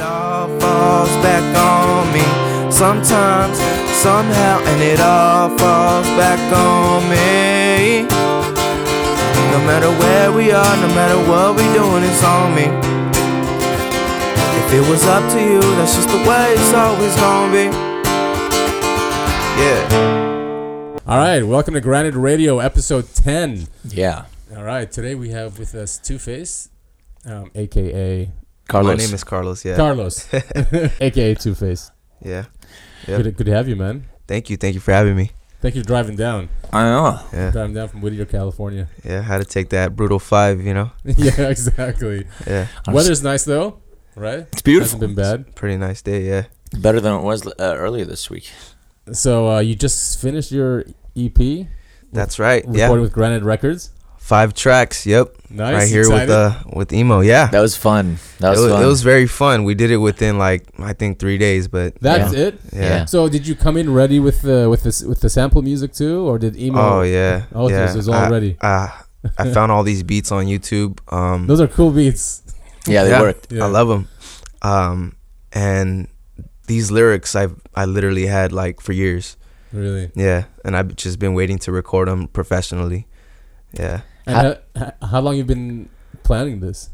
all falls back on me sometimes, somehow, and it all falls back on me. No matter where we are, no matter what we doing, it's on me. If it was up to you, that's just the way it's always gonna be. Yeah. All right, welcome to Granted Radio, episode ten. Yeah. All right, today we have with us Two Face, um, aka Carlos. My name is Carlos. Yeah. Carlos, aka Two Face. yeah. Yep. Good, good to have you, man. Thank you. Thank you for having me. Thank you for driving down. I know. Yeah. Driving down from Whittier, California. Yeah. How to take that brutal five, you know? yeah, exactly. Yeah. Weather's nice though, right? It's beautiful. Hasn't been bad. Pretty nice day. Yeah. Better than it was uh, earlier this week. So uh, you just finished your EP recorded That's right. Yeah. with Granite Records. Five tracks. Yep. Nice. right here excited? with uh with emo. Yeah, That was fun. That was, it, was, fun. it was very fun. We did it within like I think three days, but That's it. yeah. Yeah. So did you come in ready with the with this with the sample music too, or did emo? Oh yeah. Oh, so yeah. this is all I- ready. I, I found all these beats on YouTube. Um, Those are cool beats. yeah, they yeah, worked. Yeah. I love them. Um, and these lyrics I have I literally had like for years. Really. Yeah, and I've just been waiting to record them professionally. Yeah. And how, how long you been planning this?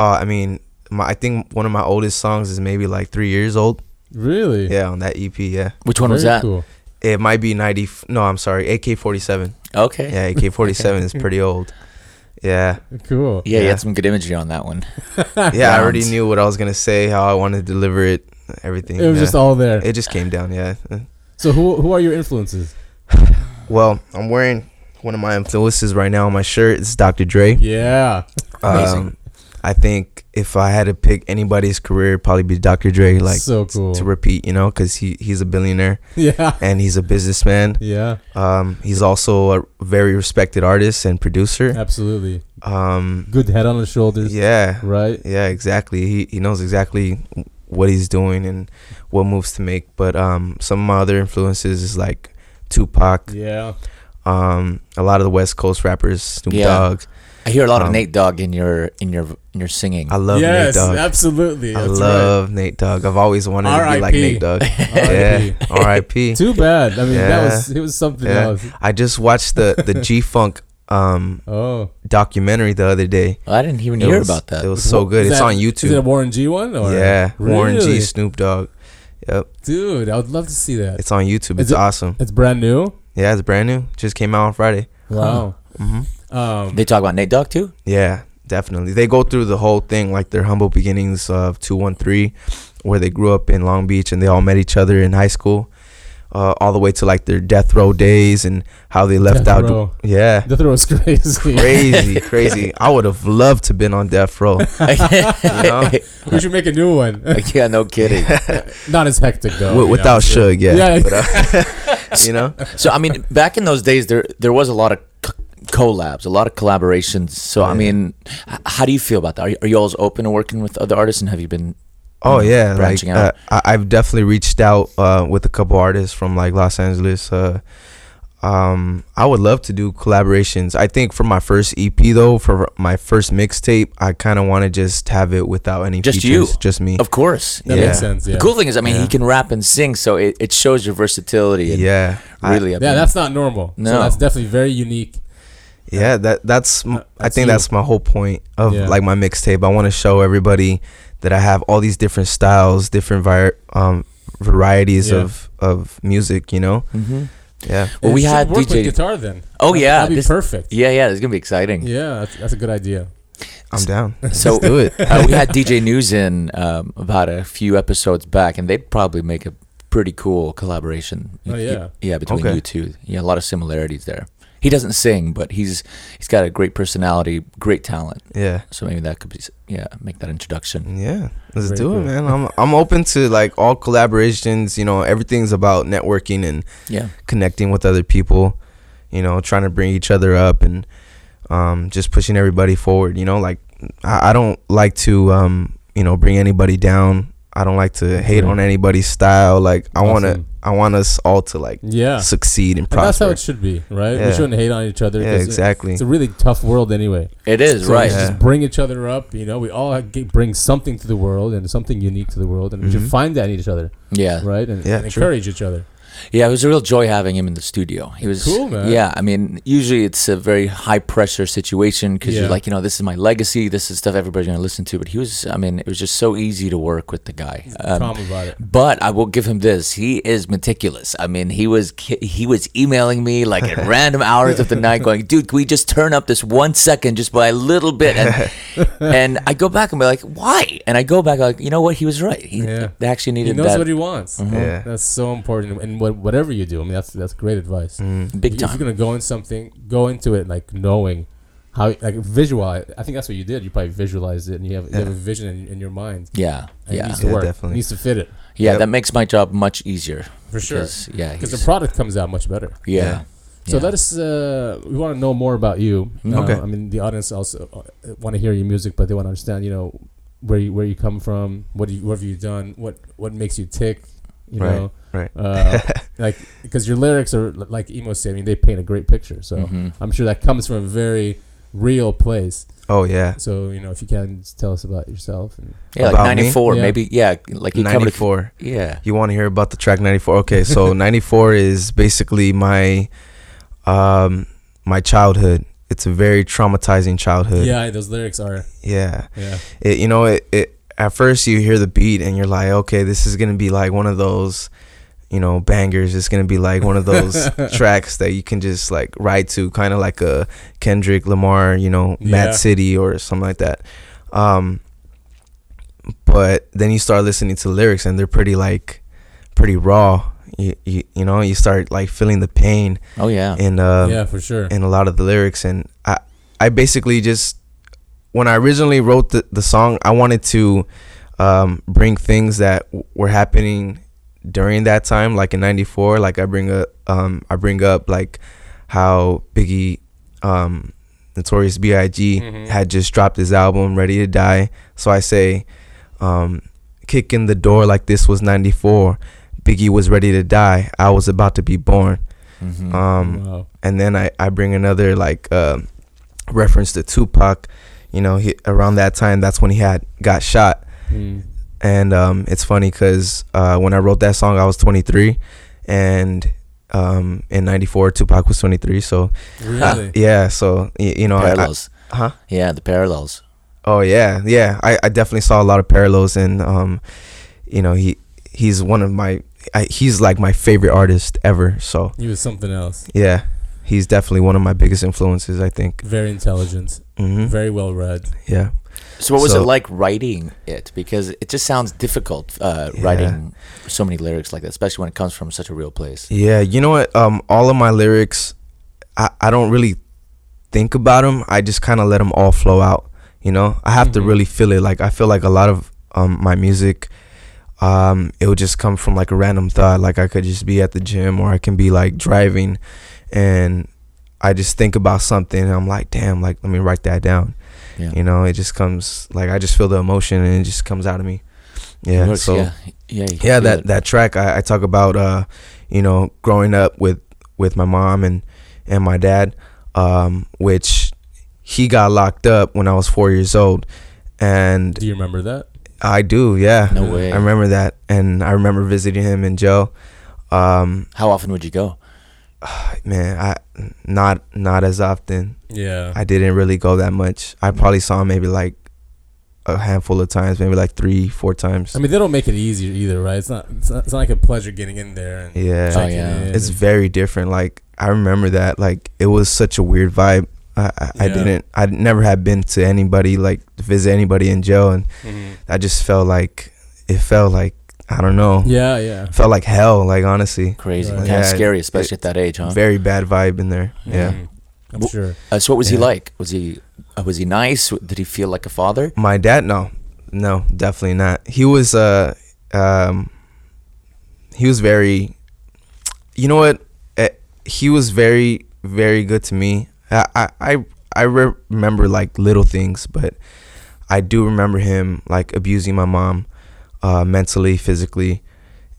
Uh, I mean, my I think one of my oldest songs is maybe like three years old. Really? Yeah, on that EP. Yeah, Which one was Very that? Cool. it might be ninety. f- No, I'm sorry, AK forty seven. Okay. Yeah. Yeah, AK forty seven is pretty old. Yeah. Cool. you Yeah. had some good imagery on that one. Yeah, I already Rounds. knew what I was gonna say, how I wanted to deliver it, everything. It was yeah. just all there. it just came down, yeah. So who who are your influences? Well, I'm wearing one of my influences right now on my shirt. It's Dr. Dre. Yeah. Um, I think if I had to pick anybody's career, it'd probably be Dr. Dre. Like so cool. to repeat, you know, because he he's a billionaire yeah. and he's a businessman. Yeah. Um, he's also a very respected artist and producer. Absolutely. Um, Good head on his shoulders. yeah, Right. Yeah, exactly. He he knows exactly what he's doing and what moves to make. But um, some of my other influences is like Tupac, Yeah. um, a lot of the West Coast rappers, Snoop Yeah. Dogg. I hear a lot Um, of Nate Dogg in your in your in your singing. I love Nate yes. Dogg. Absolutely. I That's love Nate Dogg. I've always wanted to be like R.I.P.. Nate Dogg. R.I.P.. yeah, R.I.P. Right. Too bad. I mean, that Yeah. was it was something Yeah. else. I just watched the the G Funk um Oh. documentary the other day. I didn't even It hear was- about that. It was so good. Is It's that- on Is it a YouTube. Warren G one or? Yeah, Warren Really? G, Snoop Dogg. Yep, Dude, I would love to see that. It's, it's on YouTube. Is It's it- awesome. brand new. Yeah, it's brand new. Just came out on Friday. Wow. hmm Um. they talk about Nate Dogg too. Yeah, definitely. They go through the whole thing, like their humble beginnings of 213, where they grew up in Long Beach and they all met each other in high school, uh, all the way to like their death row days and how they left Death out. Row. Yeah. The throw was crazy. Crazy, crazy. I would have loved to been on death row. know? we should make a new one. yeah, no kidding. Not as hectic though. Wi- you know, without so- Suge, yeah. Yeah. Without- you know? So I mean, back in those days, there there was a lot of c- collabs, a lot of collaborations. So I Yeah. mean, h- how do you feel about that? Are you, are you always open to working with other artists, and have you been? Oh yeah, like Mm, branching uh, out. I, I've definitely reached out uh, with a couple artists from like Los Angeles. Uh, um, I would love to do collaborations. I think for my first EP though, for my first mixtape, I kind of want to just have it without any Just you. features, just me. Of course. That Yeah. makes sense. Yeah. The cool thing is, I mean, he can rap and sing, so it, it shows your versatility. And Yeah, I- really. I Yeah, mean, that's not normal. No, so No. that's definitely very unique. yeah. That that's, m- I that's think you. that's my whole point of Yeah. like my mixtape. I want to show everybody that I have all these different styles, different vi- um, varieties Yeah. of of music. You know? Mhm. Yeah. Well, It we should had work with DJ. guitar then. Oh That- yeah, that'd be this- perfect. yeah, yeah. It's gonna be exciting. Yeah, that's, that's a good idea. I'm down. So Let's do it. uh, we had DJ News in um, about a few episodes back, and they'd probably make a pretty cool collaboration. Oh, Y- yeah. yeah, between Okay. you two. Yeah, a lot of similarities there. He doesn't sing, but he's he's got a great personality, great talent. Yeah. So maybe that could be s- yeah, make that introduction. Yeah, let's Very do cool. it, man. I'm I'm open to like all collaborations. You know, everything's about networking and Yeah, connecting with other people. You know, trying to bring each other up and um, just pushing everybody forward. You know, like I, I don't like to um, you know bring anybody down I don't like to hate Yeah. on anybody's style. Like I wanna Awesome. I want us all to like Yeah. succeed and And that's prosper. how it should be, right? Yeah. We shouldn't hate on each other. yeah, 'cause it- exactly. It's a really tough world anyway. It is So right. let's Yeah. Just bring each other up. You know, we all have- g- bring something to the world and something unique to the world, and we Mhm. should find that in each other, Mm-hmm. Yeah, right? And, Yeah, and true. encourage each other. yeah. It was a real joy having him in the studio. He was Cool, man. Yeah, I mean, usually it's a very high pressure situation because Yeah. you're like, you know, this is my legacy. This is stuff everybody's gonna listen to. But he was, I mean, it was just so easy to work with the guy. Um, Calm about it. But I will give him this. He is meticulous. I mean, he was he was emailing me like at random hours of the night, going, "Dude, can we just turn up this one second just by a little bit?" And, and I go back and be like, "Why?" And I go back like, "You know what? He was right. He Yeah. they actually He needed knows that Mm-hmm. what he wants. Yeah. That's so important. And what, whatever you do, I mean, that's that's great advice. big If time." you're gonna go in something, go into it like knowing how, like visualize. I think that's what you did. You probably visualized it, and you have you have a vision in, in your mind. yeah, And It yeah, needs to Yeah, work. definitely. It needs to fit it yeah. Yep. That makes my job much easier. for sure. 'Cause, yeah, Because he's- the product comes out much better. yeah. Yeah. So yeah. let us. Uh, we want to know more about you. Uh, Okay. I mean, the audience also want to hear your music, but they want to understand, you know, where you where you come from, what you, what have you done, what what makes you tick, you Right, know, right. uh, like because your lyrics are li- like emo said. I mean, they paint a great picture. So Mm-hmm. Mhm. I'm sure that comes from a very real place. Oh yeah. So you know, if you can just tell us about yourself. And, yeah, like About me? ninety four, Yeah. maybe yeah, like you Ninety covered. it- four. Yeah, You want to hear about the track 94? Okay, so 94 is basically my um my childhood. It's a very traumatizing childhood. yeah, those lyrics are. Yeah. Yeah. It, you know, it, it at first you hear the beat and you're like, okay, this is going to be like one of those you know, bangers. It's gonna be like one of those tracks that you can just like ride to, kind of like a Kendrick Lamar, you know, Yeah. Mad City or something like that. Um, but then you start listening to lyrics and they're pretty like, pretty raw. You, you, you know, you start like feeling the pain oh yeah, in um, yeah, for sure. in a lot of the lyrics and i i basically just when i originally wrote the, the song i wanted to um, bring things that w- were happening during that time like in 94 like i bring up um, i bring up like how biggie um, notorious big Mhm. had just dropped his album ready to die so i say um, kick in the door like this was 94 biggie was ready to die i was about to be born Mhm. um, wow. and then I, I bring another like um reference to Tupac. You know, he, around that time, that's when he had got shot. Mm. And um, it's funny because uh, when I wrote that song, I was 23, and um, in '94, Tupac was 23. So Really. yeah, so y- you know, I- I- parallels. huh? yeah, the parallels. Oh yeah, yeah. I, I definitely saw a lot of parallels, and um, you know, he he's one of my I, he's like my favorite artist ever. So He was something else. yeah, he's definitely one of my biggest influences. I think. Very intelligent. hmm Very well read. Yeah. So what was So- it like writing it? Because it just sounds difficult uh, Yeah. writing so many lyrics like that, especially when it comes from such a real place. Yeah, you know what? Um, all of my lyrics, I, I don't really think about them. I just kind of let them all flow out. You know, I have to Mm-hmm. Mhm. really feel it. Like I feel like a lot of um my music, um, it would just come from like a random thought. Like I could just be at the gym, or I can be like driving, and I just think about something, and I'm like, damn, like let me write that down. Yeah. You know, it just comes like I just feel the emotion, and it just comes out of me. Yeah. Works, so yeah, yeah, you can yeah feel that it. that track I, I talk about uh you know growing up with with my mom and and my dad um which he got locked up when i was four years old and Do you remember that? i do yeah No way. i remember that and i remember visiting him in jail um How often would you go? man i not not as often Yeah. i didn't really go that much i probably saw him maybe like a handful of times maybe like three four times I mean, they don't make it easier either, right? It's not. It's not, it's not like a pleasure getting in there and yeah Oh, checking yeah. in. it's very different like i remember that like it was such a weird vibe i, I, I Yeah. didn't i never had been to anybody like to visit anybody in jail and Mhm. i just felt like it felt like i don't know Yeah, yeah. felt like hell like honestly Crazy, Right. kind Yeah, of scary, especially at that age, huh? very bad vibe in there yeah Mhm. I'm Well- sure. Uh, so what was he yeah. like? Was he uh, was he nice? Did he feel like a father? my dad no no definitely not he was uh um he was very you know what Eh, he was very very good to me i i i, I re- remember like little things but i do remember him like abusing my mom uh, mentally, physically,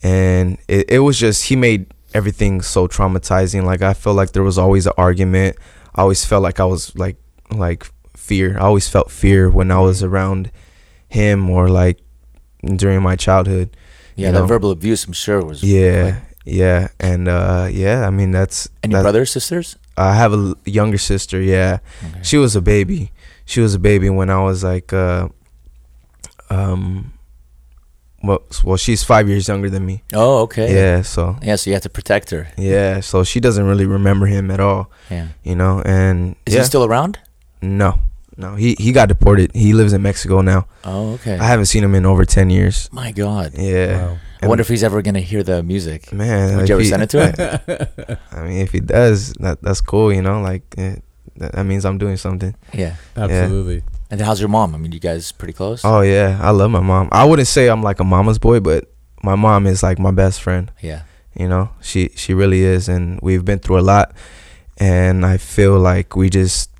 and it, it was just he made everything so traumatizing. Like I felt like there was always an argument. I always felt like I was like like fear. I always felt fear when I was around him or like during my childhood. Yeah, you that know? verbal abuse, I'm sure, was. Yeah, like- yeah, and uh, yeah. I mean, that's Any that- brothers, sisters? I have a l- younger sister. Yeah, Okay. she was a baby. She was a baby when I was like, uh, um, well, well, she's five years younger than me. Oh, okay. Yeah, so Yeah, so you have to protect her. yeah, so she doesn't really remember him at all, Yeah. you know. And Is yeah, he still around? no, no, he he got deported. He lives in Mexico now. Oh, okay. I haven't seen him in over ten years. My God. Yeah, Wow. I wonder if he's ever going to hear the music. man. Would if you ever he- send it to him? I mean, if he does, that that's cool, you know. Like eh, that, that means I'm doing something. yeah. Absolutely. And then how's your mom? I mean, you guys pretty close? Oh yeah, I love my mom. I wouldn't say I'm like a mama's boy, but my mom is like my best friend. Yeah. You know, she she really is, and we've been through a lot. And I feel like we just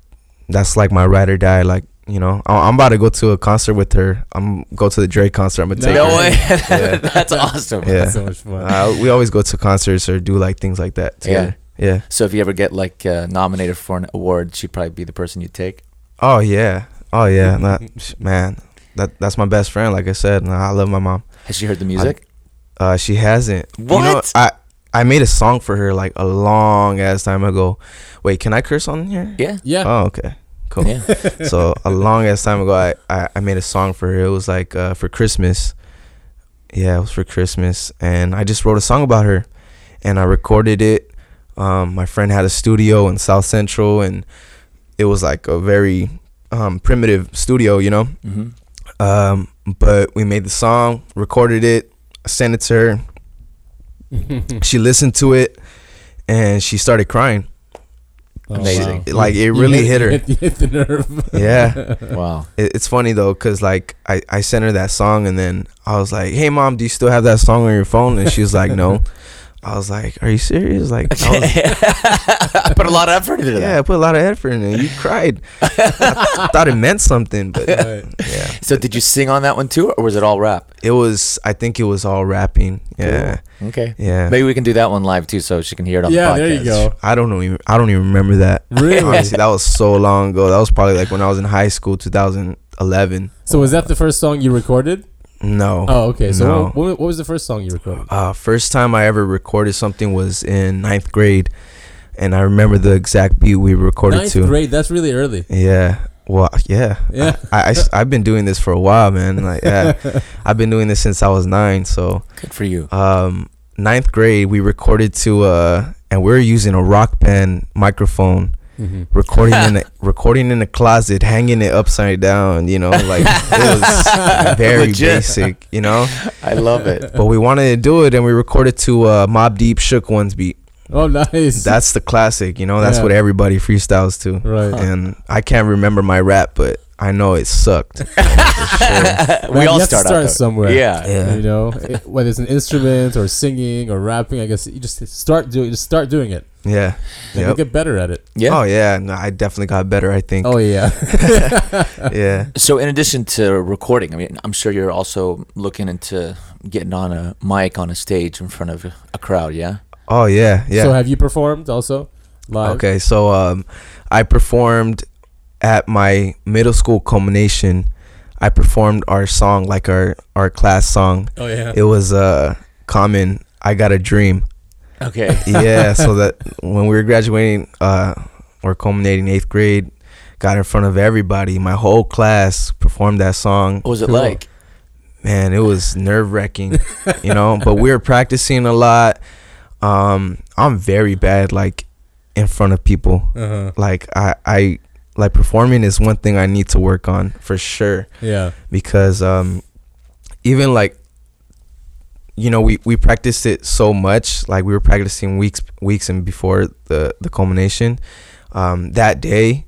that's like my ride or die. Like you know, I, I'm about to go to a concert with her. I'm go to the Drake concert. I'm gonna take her. No way. Yeah. That's awesome. Yeah. That's so much fun. Uh, we always go to concerts or do like things like that. Together. Yeah. Yeah. So if you ever get like uh, nominated for an award, she'd probably be the person you take. Oh yeah. Oh yeah. That, man, that that's my best friend. Like I said, and I love my mom. Has she heard the music? Uh, she hasn't. You know, What? I I made a song for her like a long ass time ago. Wait, can I curse on here? yeah. yeah. Oh, okay. Cool. Yeah. So a long ass time ago, I, I I made a song for her. It was like uh, for Christmas. Yeah, it was for Christmas, and I just wrote a song about her, and I recorded it. Um, my friend had a studio in South Central, and it was like a very um, primitive studio, you know. hmm Um, but we made the song, recorded it, sent it to her she listened to it and she started crying Oh, Amazing. wow. Like, it You really hit her. You hit, the nerve. yeah Wow. It- it's funny though because like I, I sent her that song and then i was like hey mom do you still have that song on your phone and she was like no i was like are you serious like I was- I put a lot of effort into yeah that. i put a lot of effort in it you cried i thought it meant something but Right. yeah So did you sing on that one too, or was it all rap? it was i think it was all rapping yeah Okay. yeah Maybe we can do that one live too, so she can hear it on Yeah, the podcast. there you go. i don't know even i don't even remember that Really? honestly that was so long ago that was probably like when i was in high school 2011 so was that the first song you recorded? no Oh, okay. So No. what, what, what was the first song you recorded? Uh, first time I ever recorded something was in ninth grade, and I remember the exact beat we recorded Ninth to. grade. That's really early. Yeah. Well, yeah. Yeah. I, I, have been doing this for a while, man. Like, yeah. I've been doing this since I was nine. So, Good for you. um, ninth grade, we recorded to, uh, and we were using a rock band microphone. Mm-hmm. Recording in a, recording in a closet, hanging it upside down, you know, like it was very Legit. basic, you know. I love it. But we wanted to do it, and we recorded to uh, Mob Deep Shook One's beat. Oh, nice. That's the classic, you know. That's Yeah. what everybody freestyles to. right. And I can't remember my rap, but I know it sucked. For sure. we you all have to start, out start that- somewhere. Yeah. Yeah. You know, it- whether it's an instrument or singing or rapping, I guess you just start doing just start doing it. Yeah. Then Yep. you get better at it. Yeah. Oh yeah. No, I definitely got better. I think. Oh yeah. Yeah. So, in addition to recording, I mean, I'm sure you're also looking into getting on a mic on a stage in front of a crowd. Yeah. Oh yeah. Yeah. So have you performed also live? okay. So um, I performed at my middle school culmination. I performed our song, like our our class song. Oh yeah. It was uh common. I got a dream. Okay. yeah, so that when we were graduating uh, or culminating eighth grade, got in front of everybody. My whole class performed that song. What was it Cool. like? Man, it was nerve wracking, you know. But we were practicing a lot. Um, I'm very bad, like in front of people. Uh-huh. Like I, I like performing is one thing I need to work on for sure Yeah. because um even like you know we we practiced it so much like we were practicing weeks weeks and before the the culmination um that day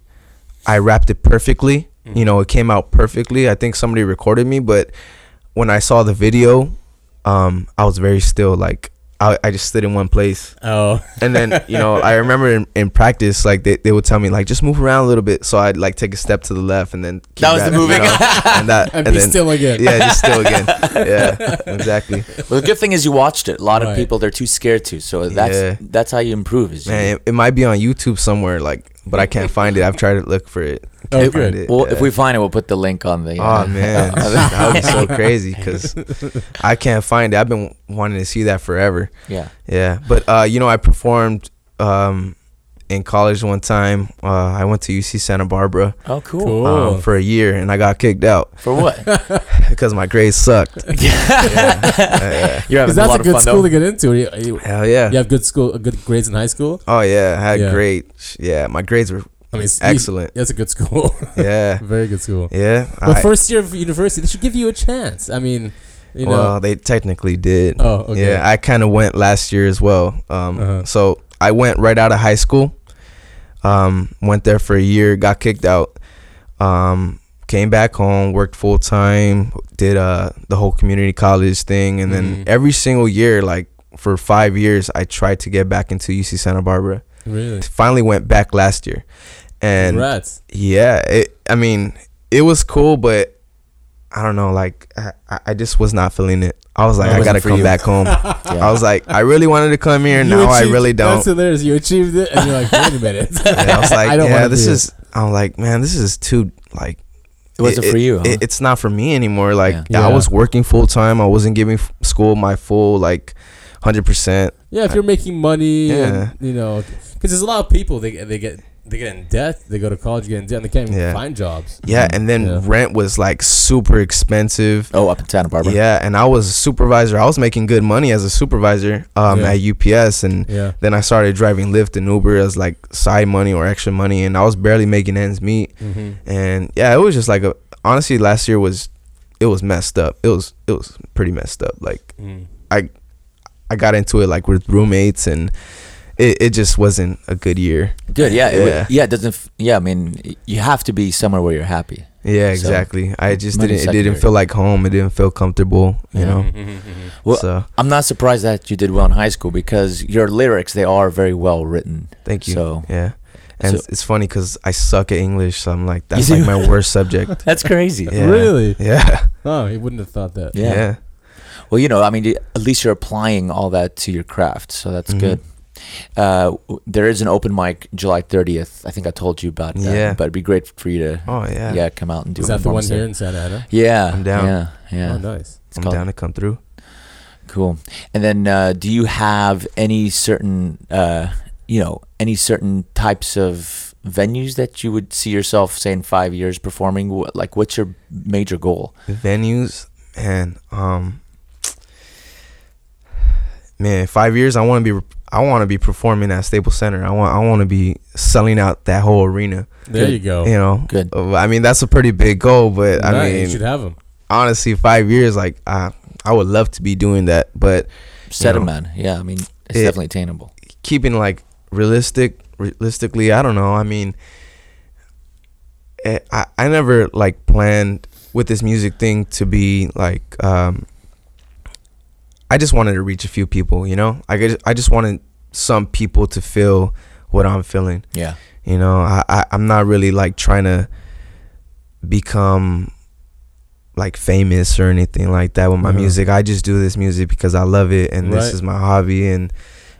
i wrapped it perfectly you know it came out perfectly i think somebody recorded me but when i saw the video um i was very still like I I, I just stood in one place. Oh, And then, you know, I remember in, in practice, like they, they would tell me, like, just move around a little bit. So I'd like take a step to the left and then keep That was the you moving. know, and that and, and be then still again. Yeah, just still again. Yeah. Exactly. Well, the good thing is you watched it. A lot Right. of people they're too scared to, so that's Yeah. that's how you improve. Is you- Man, it, it might be on YouTube somewhere, like but I can't find it. I've tried to look for it. Oh, Can't good. find it, well, yeah. if we find it, we'll put the link on the. Oh uh, man, that would be so crazy because I can't find it. I've been wanting to see that forever. yeah. Yeah, but uh, you know, I performed um, in college one time. Uh, I went to UC Santa Barbara Oh, cool. Cool. Oh. um, for a year, and I got kicked out For what? because my grades sucked. You're having Because a that's lot a of good fun school though. to get into. You, you, Hell yeah. you have good school, uh, good grades in high school. Oh yeah, I had Yeah. great. Yeah, my grades were I mean, it's Excellent. That's a good school. yeah, Very good school. yeah. But I- first year of university, they should give you a chance. I mean, you know. well, they technically did. oh, okay. Yeah, I kind of went last year as well. Um, Uh-huh. So I went right out of high school. Um, went there for a year, got kicked out. Um, came back home, worked full time, did uh, the whole community college thing, and then Mhm. every single year, like for five years, I tried to get back into UC Santa Barbara. really. Finally, went back last year, and Congrats. yeah, it, I mean, it was cool, but I don't know, like I, I- I just was not feeling it. I was like, That I wasn't gotta for come you. back home. Yeah. I was like, I really wanted to come here. You now I achieved- really don't. That's hilarious. You achieved it, and you're like, wait a minute. And I was like, I don't yeah, wanna this be is. I'm like, man, this is too like. It wasn't for you, huh? it- it's not for me anymore. Like Yeah. I Yeah. was working full time. I wasn't giving f- school my full like, hundred percent. Yeah, if you're making money, Yeah. and, you know, because there's a lot of people they get- they get they get in debt, they go to college, get in debt, and they can't even Yeah. find jobs. Yeah, and then Mm-hmm. Yeah. rent was like super expensive. oh, up in Santa Barbara. Yeah, and I was a supervisor. I was making good money as a supervisor um, Yeah. at UPS, and Yeah, then I started driving Lyft and Uber as like side money or extra money, and I was barely making ends meet. hmm and yeah, it was just like a honestly last year was it was messed up. It was it was pretty messed up. Like Mm-hmm. I got into it like with roommates and it, it just wasn't a good year. Good. Yeah. It, Yeah. would- yeah. It doesn't. f- Yeah. I mean, y- you have to be somewhere where you're happy. Yeah, So, exactly. I just money didn't it didn't secondary. feel like home. It didn't feel comfortable, you Yeah. Mm-hmm. know. Mm-hmm. Well, so I'm not surprised that you did well in high school because your lyrics they are very well written. thank you. So yeah. And so- it's- it's funny cuz I suck at English, so I'm like that's You like do? my worst subject. that's crazy. Yeah. Really? Yeah. Oh, he wouldn't have thought that. Yeah. Yeah. Well, you know, I mean, you- at least you're applying all that to your craft, so that's Mhm. good. Uh, w- there is an open mic July 30th. I think I told you about that. Yeah. But it'd be great for you to Oh yeah. yeah, come out and do Is a that the one performance here in Santa Ana? there. Yeah, I'm down. Yeah, yeah. Oh, nice. It's I'm called- down to come through. Cool. And then, uh, do you have any certain, uh, you know, any certain types of venues that you would see yourself, say, in five years performing? Wh- Like, what's your major goal? venues man um man five years i want to be i want to be performing at staples center i want i want to be selling out that whole arena There Good. you go. you know Good. Uh, i mean that's a pretty big goal but i Nice. you should mean have him. honestly five years like i i would love to be doing that but Set You know, man. Yeah, I mean, it's it- definitely attainable. keeping like realistic realistically i don't know i mean eh, i i never like planned with this music thing to be like um i just wanted to reach a few people you know i just, i just wanted some people to feel what i'm feeling Yeah. you know I, I i'm not really like trying to become like famous or anything like that with my Mhm. music i just do this music because i love it and Right. this is my hobby and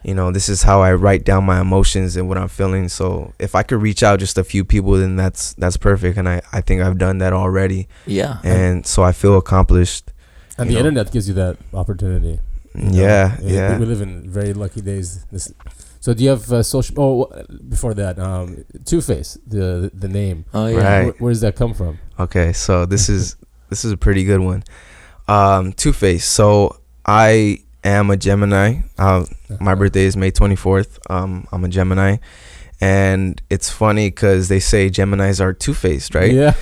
you know this is how i write down my emotions and what i'm feeling so if i could reach out just a few people then that's that's perfect and i i think i've done that already Yeah. and so i feel accomplished And you the know. internet gives you that opportunity. you know? yeah We- yeah We live in very lucky days. This. So do you have uh, social? Oh, wh- before that, um, Two Face, the the name. oh, yeah. Right. Where, where does that come from? Okay, so this is this is a pretty good one. Um, Two Face. So I am a Gemini. Um, my birthday is May twenty fourth. Um, I'm a Gemini, and it's funny because they say Geminis are two faced, right? Yeah.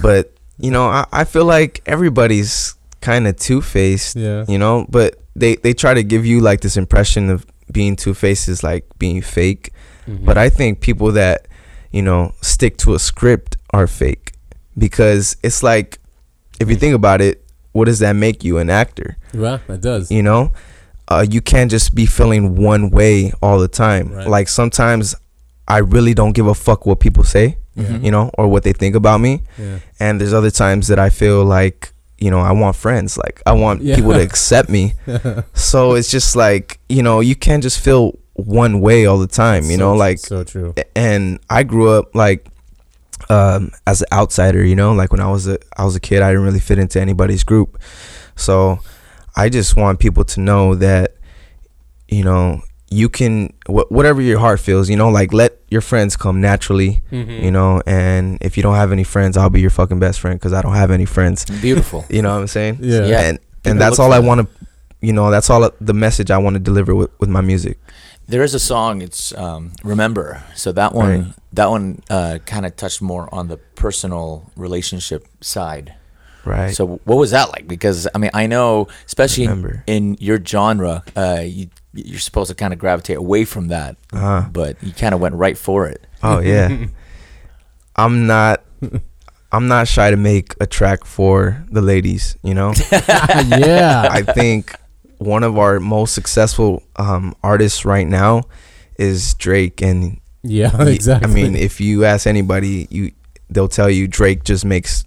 But you know, I, I feel like everybody's kind of two faced. Yeah. You know, but they they try to give you like this impression of being two faced is like being fake. Mm-hmm. But I think people that, you know, stick to a script are fake because it's like, if you think about it, what does that make you? An actor, Yeah, it does. you know? uh, you can't just be feeling one way all the time. Right. Like sometimes I really don't give a fuck what people say, Mhm. Mm-hmm. you know, or what they think about me. Yeah. And there's other times that I feel like, you know, I want friends. Like I want Yeah. people to accept me. So it's just like, you know, you can't just feel one way all the time, you So know, true, like so true. and I grew up like um as an outsider, you know, like when I was a I was a kid, I didn't really fit into anybody's group. So I just want people to know that you know, you can wh- whatever your heart feels, you know, like let your friends come naturally, Mm-hmm. you know, and if you don't have any friends, I'll be your fucking best friend cuz I don't have any friends. Beautiful. You know what I'm saying? Yeah. Yeah. And People and that's look all for I that. want to you know, that's all the message I want to deliver with, with my music. There is a song. It's um, "Remember." So that one, Right. that one, uh, kind of touched more on the personal relationship side. Right. So what was that like? Because I mean, I know, especially Remember. in your genre, uh, you, you're supposed to kind of gravitate away from that, Uh-huh. but you kind of went right for it. Oh yeah. I'm not I'm not shy to make a track for the ladies, you know? yeah. I think one of our most successful um, artists right now is Drake and Yeah. y- Oh, Exactly. I mean, if you ask anybody, you they'll tell you Drake just makes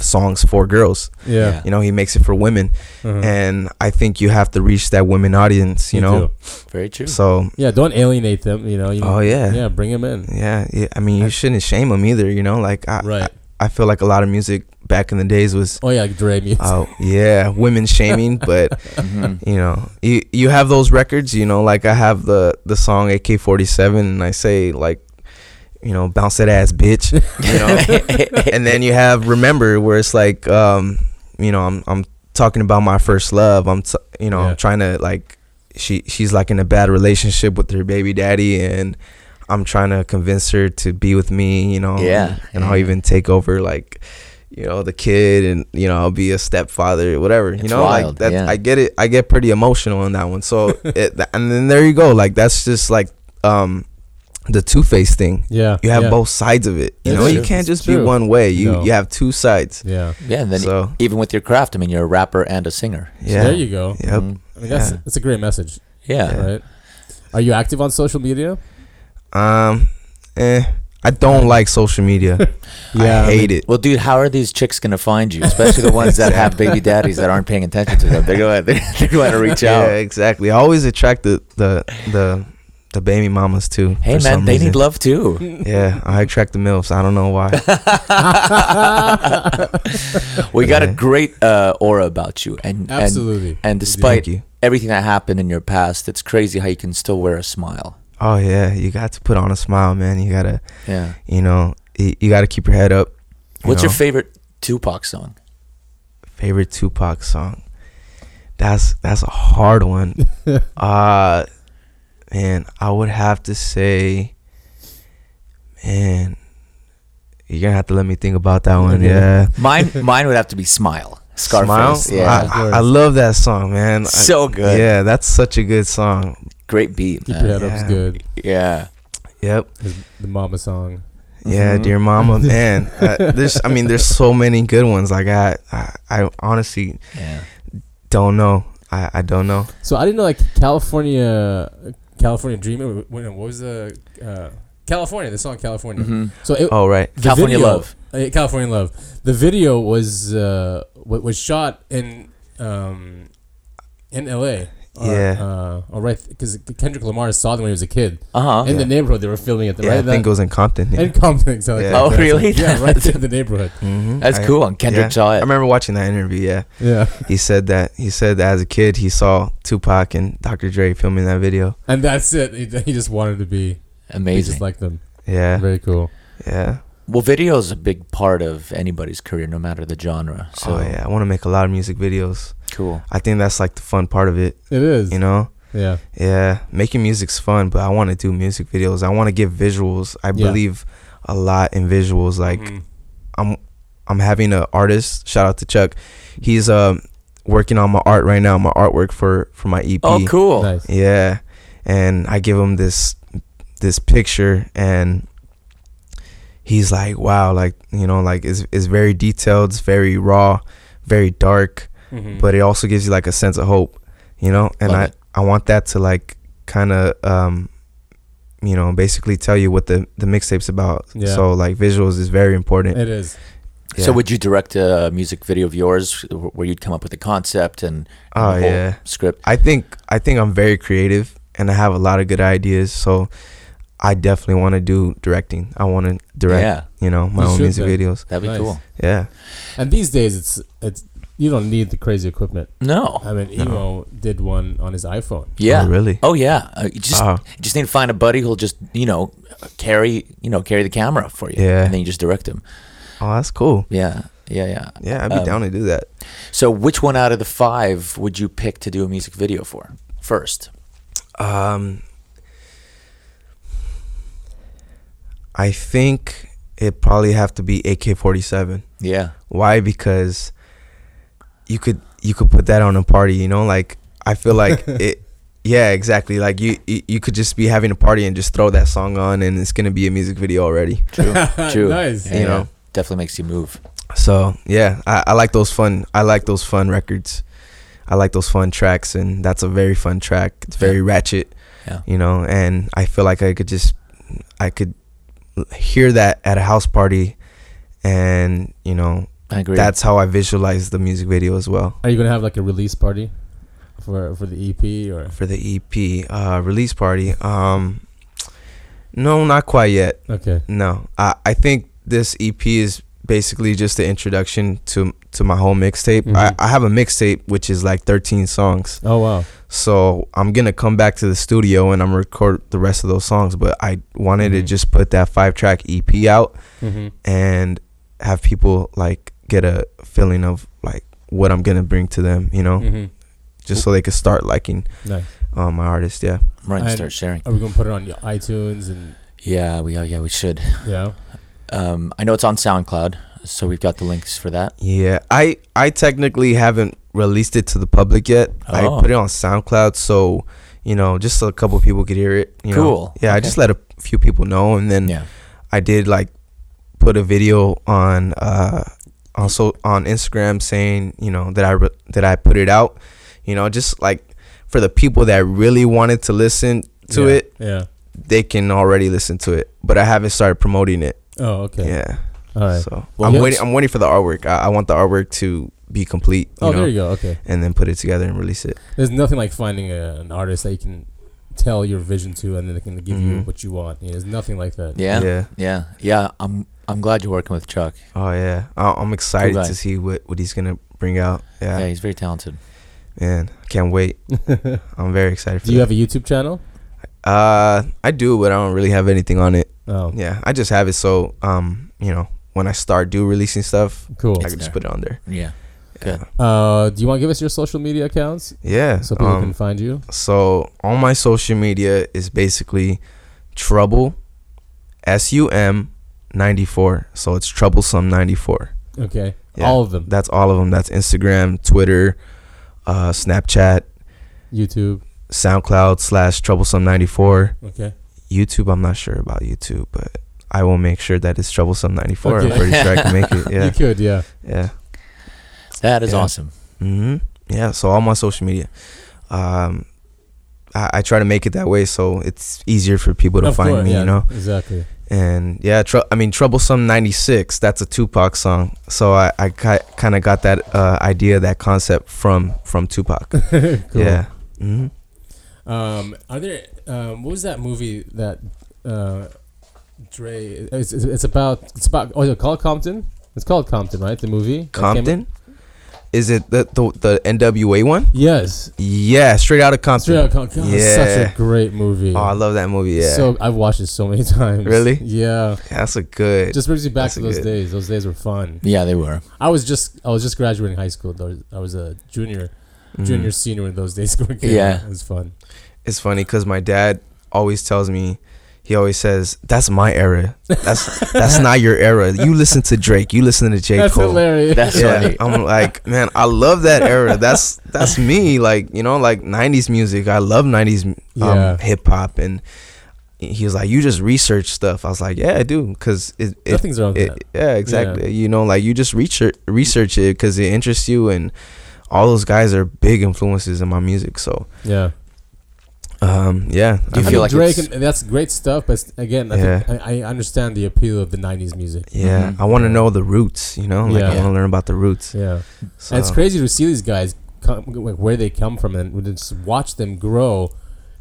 songs for girls. yeah. You know, he makes it for women. Uh-huh. And I think you have to reach that women audience, you know? do. Very true. So Yeah. Don't alienate them. You know. You Oh yeah. Yeah. Bring them in. Yeah, yeah. I mean, you shouldn't shame them either. You know, like I, Right. I, I feel like a lot of music back in the days was, Oh yeah. Like Dre music. oh yeah, women shaming. But Mhm. you know, you you have those records. You know, like I have the the song AK forty seven, and I say like, you know, bounce that ass, bitch. You know, and then you have remember where it's like, um, you know, I'm I'm talking about my first love. I'm t- you know, Yeah. I'm trying to like, she she's like in a bad relationship with her baby daddy, and I'm trying to convince her to be with me, you know. Yeah, And, and I'll yeah. even take over like you know, the kid and you know, I'll be a stepfather, whatever. you It's know, like wild, that yeah. I get it. I get pretty emotional on that one. So it, and then there you go. Like that's just like um the two face thing. yeah. You have yeah. both sides of it. You It's know, you true. can't It's just be true. one way. You No. you have two sides. Yeah. yeah, and then so even with your craft, I mean, you're a rapper and a singer. yeah. So there you go. Yep. Mhm. I mean, that's Yeah. that's a great message, Yeah. right? Are you active on social media? Mm-hmm. Um eh. I don't like social media. I mean, hate it. Well, dude, how are these chicks gonna find you? Especially the ones that have baby daddies that aren't paying attention to them. They're going, they're going to reach Yeah, out. exactly. I always attract the the the, the baby mamas too. Hey, for man, some they reason. need love too. Yeah, I attract the milfs. I don't know why. We got a Yeah. great uh, aura about you, and and, Absolutely. and Thank despite you. everything that happened in your past, it's crazy how you can still wear a smile. Oh yeah, you got to put on a smile, man. You gotta, Yeah. you know, y- you gotta keep your head up. you What's your know. favorite Tupac song? favorite Tupac song? That's that's a hard one. uh man, I would have to say, man, you're gonna have to let me think about that one. Okay. Yeah, Mine, mine would have to be Smile. Scarface. Smile? Yeah. I, I- I love that song, man. I- so good. Yeah, that's such a good song. Great beat. Keep man. your head up's yeah. good. Yeah. Yep. His, the Mama song. Yeah, Mhm. dear mama, man. Uh, there's, I mean, there's so many good ones. Like I, I, I honestly Yeah. don't know. I, I don't know. So I didn't know like California, California Dreamer. What what was the uh, California? The song California. Mhm. So it, Oh right, the California video- Love. uh, California Love. The video was uh, wa- was shot in um, in L.A. Or, Yeah. Uh, or right, because Kendrick Lamar saw them when he was a kid Uh huh. in the neighborhood. They were filming it. yeah, right? I think it was in Compton. Yeah. and Compton. Exactly. Yeah. Oh, really? Yeah, right in the neighborhood. Mhm. That's I- cool. And Kendrick yeah. saw I it. remember watching that interview. Yeah, Yeah, he said that. He said that as a kid, he saw Tupac and Dr. Dre filming that video. and that's it. He, he just wanted to be. He Amazing. just liked them. Yeah, Very cool. yeah. Well, video is a big part of anybody's career, no matter the genre. So oh yeah, I want to make a lot of music videos. cool. I think that's like the fun part of it. It is. You know. Yeah. Yeah, making music's fun, but I want to do music videos. I want to give visuals. I Yeah. believe a lot in visuals. Like Mm-hmm. Mhm. I'm I'm having an artist. Shout out to Chuck. He's um working on my art right now. My artwork for for my E EP. Oh, cool. Nice. Yeah, and I give him this this picture, and he's like, "Wow, like you know, like it's it's very detailed. It's very raw, very dark, Mhm. Mm-hmm. but it also gives you like a sense of hope." you know and Love i it. i want that to like kind of um you know basically tell you what the the mixtape's about Yeah. so like visuals is very important It is. yeah. So would you direct a music video of yours wh- where you'd come up with a concept and oh the whole yeah script? i think i think i'm very creative and i have a lot of good ideas so i definitely want to do directing i want to direct Yeah, you know my You own should music then. videos that'd be Nice. cool. yeah Oh, And these days, it's it's you don't need the crazy equipment. No. I mean, No. Emo did one on his iPhone. Yeah. Oh, really Oh yeah. Uh, you just Wow. you just need to find a buddy who'll just you know carry you know carry the camera for you. Yeah. And then you just direct him. oh that's cool Yeah. Yeah. Yeah. yeah i'd be Um, down to do that So which one out of the five would you pick to do a music video for first? Um, I think it probably have to be AK forty seven. Yeah. Why? Because you could you could put that on a party. You know, like I feel like it. Yeah, exactly. Like you, you, you could just be having a party and just throw that song on, and it's gonna be a music video already. True. True. Uh, nice. Yeah, You know. Definitely makes you move. So yeah, I, I like those fun. I like those fun records. I like those fun tracks, and that's a very fun track. It's very ratchet, Yeah. you know. And I feel like I could just, I could hear that at a house party, and you know, I agree. that's how I visualize the music video as well Are you gonna have like a release party for for the EP or? for the EP uh, release party. Um, no, not quite yet. Okay. No, I, I think this EP is basically just the introduction to to my whole mixtape. I, Mhm. I have a mixtape which is like 13 songs, Oh wow. so I'm gonna come back to the studio and I'm gonna record the rest of those songs. But I wanted to Mhm. just put that five track EP out Mm-hmm. and have people like get a feeling of like what I'm gonna bring to them, you know, Mm-hmm. just so they could start liking Nice. um, my artist. Yeah, right. and- Start sharing. Are we gonna put it on your iTunes and Yeah. We. oh, Yeah. We should. yeah? Um, I know it's on SoundCloud, so we've got the links for that. yeah. I I technically haven't released it to the public yet. Oh. I put it on SoundCloud, so you know, just so a couple people could hear it. You know? Cool. Yeah, I Okay. just let a few people know, and then Yeah. I did like put a video on uh also on Instagram saying you know that I re- that I put it out. You know, just like for the people that really wanted to listen to yeah. it, Yeah. they can already listen to it. But I haven't started promoting it. Oh okay. Yeah. All right. So Well, I'm yes. waiting. I'm waiting for the artwork. I, I want the artwork to be complete. You oh, know, there you go. Okay. and then put it together and release it. There's nothing like finding a, an artist that you can tell your vision to, and then they can give you Mhm. what you want. Yeah, there's nothing like that. Yeah. Yeah. Yeah. Yeah. I'm. I'm glad you're working with Chuck. Oh yeah. I, I'm excited guy. to see what what he's gonna bring out. Yeah. Yeah. he's very talented. Man, I can't wait. I'm very excited. For Do you that. have a YouTube channel? Uh, I do, but I don't really have anything on it. Oh, Yeah, I just have it so um, you know, when I start do releasing stuff, cool. I can just there. put it on there. Yeah. Good. Uh, do you want to give us your social media accounts Yeah. so people um, can find you? So all my social media is basically trouble, S U M, ninety four. So it's troublesome ninety four. Okay, yeah. all of them. That's all of them. That's Instagram, Twitter, uh, Snapchat, YouTube. SoundCloud slash troublesome ninety four. Okay. YouTube, I'm not sure about YouTube, but I will make sure that it's troublesome ninety four. Okay. I'm pretty sure I can make it. You Yeah, could, yeah. yeah. That is Yeah. awesome. hmm Yeah. So all my social media, um, I, I try to make it that way so it's easier for people to Of find course, me, yeah, you know. Exactly. And yeah, tr- I mean, troublesome '96. That's a Tupac song. So I, I kind of got that uh, idea, that concept from from Tupac. cool. Yeah. hmm Um, are there? Um, what was that movie that uh, Dre? It's, it's, it's about. It's about. Oh, is it called Compton? It's called Compton, right? The movie. that came out? Compton. Is it the, the the NWA one? Yes. Yeah, straight out of Compton. Straight out Compton. God, it's Such a Yeah. great movie. Oh, I love that movie. Yeah, So I've watched it so many times. Really? Yeah. that's a good. It just brings you back That's to a those good- days. Those days were fun. Yeah, they were. I was just I was just graduating high school. though. I was a junior, Mhm. junior, senior in those days. Going Yeah. it was fun. It's funny because my dad always tells me, he always says, "That's my era. That's that's not your era. You listen to Drake. You listen to J That's Cole." hilarious. That's Yeah, funny. I'm like, man, I love that era. That's that's me. Like you know, like '90s music. I love '90s um, Yeah. hip hop. And he was like, "You just research stuff." I was like, "Yeah, I do," because it, it Nothing's wrong with it, yeah exactly you know like you just research research it because it interests you and all those guys are big influences in my music. So Yeah. um, yeah, Do you I feel mean, like Drake, it's- and that's great stuff. But s- again, I, think I, I understand the appeal of the '90s music. yeah, Mhm. I want to know the roots. You know, like I Yeah. want to learn about the roots. Yeah, So, and it's crazy to see these guys come, like where they come from and we just watch them grow.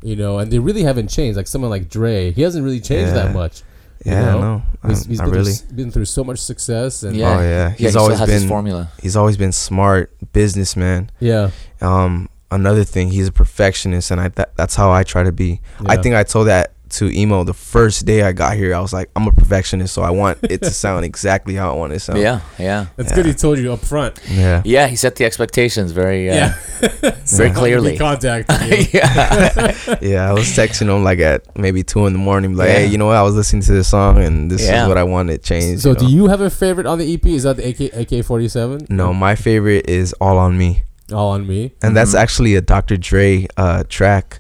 You know, and they really haven't changed. Like someone like Dre, he hasn't really changed Yeah. that much. you Yeah, know? I know. He's, I- he's I been, really. through, been through so much success and Yeah. Oh yeah, yeah, he's he always still has his been formula. he's always been smart businessman. yeah, Um, another thing, he's a perfectionist, and I th- that's how I try to be. I Yeah. think I told that to emo the first day I got here. I was like, I'm a perfectionist, so I want it to sound exactly how I want it to sound. Yeah, yeah. that's Yeah. good. He told you up front. yeah. Yeah, he set the expectations very uh, Yeah, very clearly. Contact. yeah. Yeah, I was texting him like at maybe two in the morning, like, Yeah. hey, you know what? I was listening to this song, and this Yeah. is what I wanted changed. So, you do know? Mm. you have a favorite on the EP? Is that the AK AK forty seven? No, my favorite is "All on Me," all on me. and that's actually a Dr. Dre uh, track.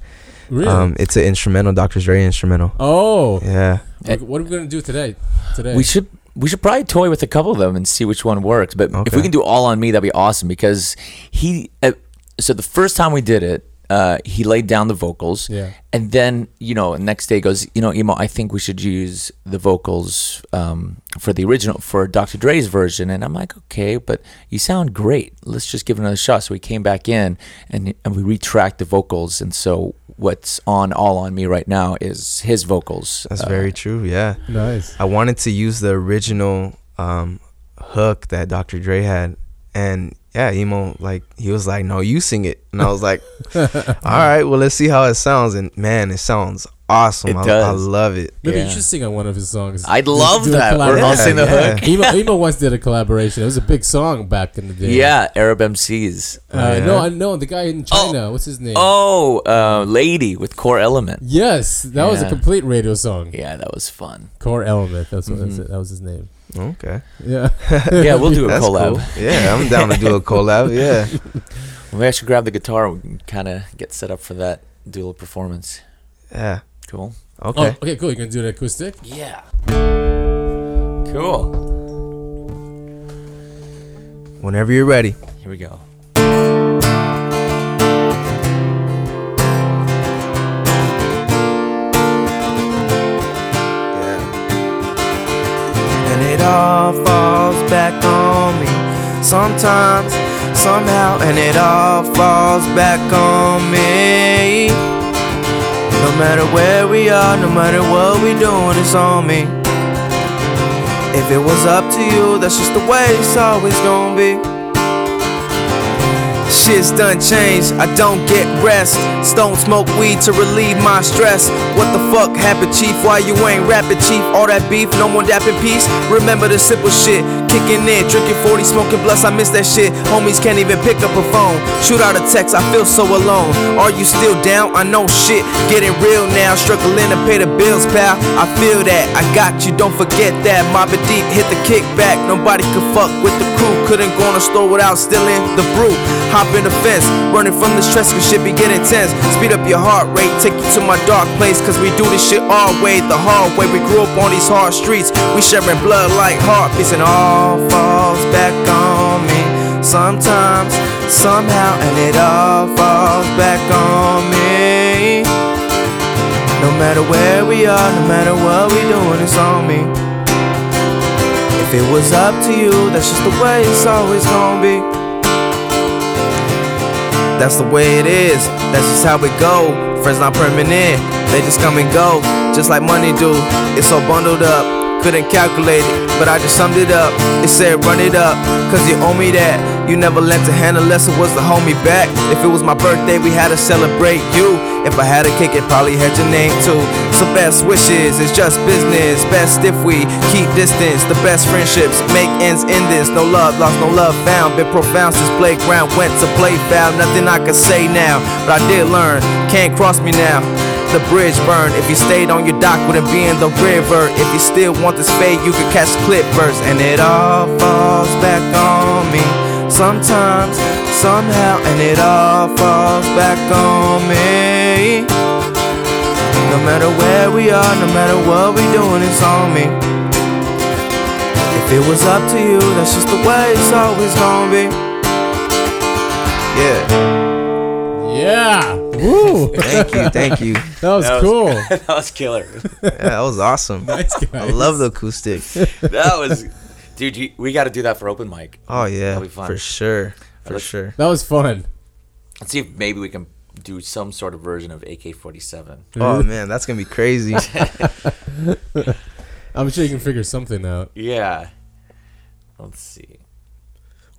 Really? Um, it's an instrumental, Dr. Dre instrumental. oh, Yeah, Like, what are we gonna do today? Today We should we should probably toy with a couple of them and see which one works. But if Okay. we can do all on me, that'd be awesome because he. Uh, so the first time we did it, uh, he laid down the vocals. Yeah. And then you know, next day goes, you know, emo. I think we should use the vocals um, for the original for Dr. Dre's version. And I'm like, okay, but you sound great. Let's just give it another shot. So we came back in and and we retracked the vocals. And so what's on all on me right now is his vocals. that's Uh, very true. Yeah. nice. I wanted to use the original um, hook that Dr. Dre had, and yeah, emo like he was like, "No, you sing it," and I was like, "All right, well, let's see how it sounds." And man, it sounds awesome. It I, I does. love it. Maybe Yeah. you should sing on one of his songs. I'd Just love do a that. We're all Yeah, singing the yeah. hook. Emo, Emo once did a collaboration. It was a big song back in the day. Yeah, Arab MCs. Uh, Yeah. No, I know the guy in China. What's his name? Oh, uh, Lady with Core Element. Yes, that was a Yeah. complete radio song. Yeah, Mm-hmm. that was fun. Core Element. That's what that's it. that was his name. Okay, Yeah. Yeah, we'll do a that's collab. cool. Yeah, I'm down to do a collab. Yeah, Maybe I should grab the guitar. We can kind of get set up for that dual performance. yeah. Cool. Okay. Oh, okay, cool. You can do an acoustic. Yeah. Cool. Whenever you're ready. Here we go. And it all falls back on me sometimes, somehow, and it all falls back on me. No matter where we are, no matter what we doing, it's on me. If it was up to you, that's just the way it's always gonna be. Shit's done changed, I don't get rest. Stone smoke weed to relieve my stress. What the fuck happened, Chief? Why you ain't rapping, Chief? All that beef, no more dapping peace. Remember the simple shit. Kicking in, drinking 40, smoking blunts, I miss that shit. Homies can't even pick up a phone. Shoot out a text, I feel so alone. Are you still down? I know shit. Getting real now, struggling to pay the bills, pal. I feel that, I got you, don't forget that. Mobbing deep, hit the kickback. Nobody could fuck with the crew. Couldn't go on a store without stealing the brew. Hop in the fence, running from the stress, cause shit be getting tense. Speed up your heart rate, take you to my dark place, cause we do this shit our way, the hard way. We grew up on these hard streets, we sharing blood like heartbeats, and all falls back on me. Sometimes, somehow, and it all falls back on me. No matter where we are, no matter what we doing, it's on me. If it was up to you, that's just the way it's always gonna be. That's the way it is. That's just how it go. Friends not permanent. They just come and go, just like money do. It's so bundled up. Couldn't calculate it, but I just summed it up. It said run it up, cause you owe me that. You never lent a hand unless it was to hold me back. If it was my birthday, we had to celebrate you. If I had a cake, it probably had your name too. So best wishes, it's just business. Best if we keep distance. The best friendships make ends in this. No love lost, no love found. Been profound since playground went to play foul. Nothing I can say now, but I did learn. Can't cross me now. The bridge burned. If you stayed on your dock, wouldn't be in the river. If you still want this fade, you could catch clip bursts. And it all falls back on me. Sometimes, somehow, and it all falls back on me. No matter where we are, no matter what we doing, it's on me. If it was up to you, that's just the way it's always gonna be. Yeah. Yeah. Woo. Thank you. Thank you. That was That was- cool. that was killer. Yeah, that was awesome. nice guy. I love the acoustic. That was, dude. You, we got to do that for open mic. Oh yeah, That'll be fun. for sure. For look- sure. That was fun. Let's see if maybe we can do some sort of version of AK-47. Oh man, that's gonna be crazy. I'm sure you can figure something out. Yeah. Let's see.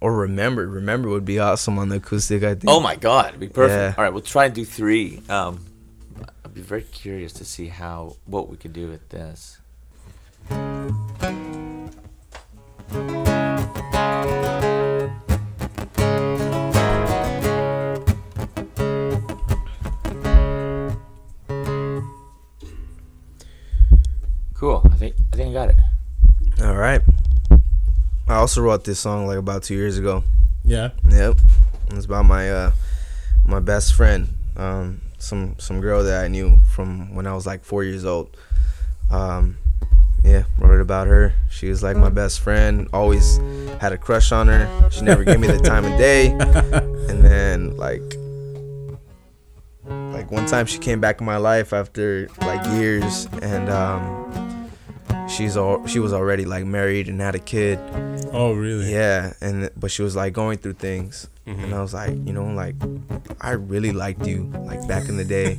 or remember, remember would be awesome on the acoustic. I think. Oh my God, it'd be perfect. Yeah. All right, we'll try and do three. Um, I'd be very curious to see how what we could do with this. Cool. I think I think I got it. All right. I also wrote this song like about two years ago. Yeah. Yep. It's about my uh my best friend. Um some some girl that I knew from when I was like four years old. Um yeah, wrote it about her. She was like my best friend. Always had a crush on her. She never gave me the time of day. And then like like one time she came back in my life after like years and um she's all she was already like married and had a kid Oh, really? yeah, and but she was like going through things, Mm-hmm. and I was like, you know, like I really liked you, like back in the day,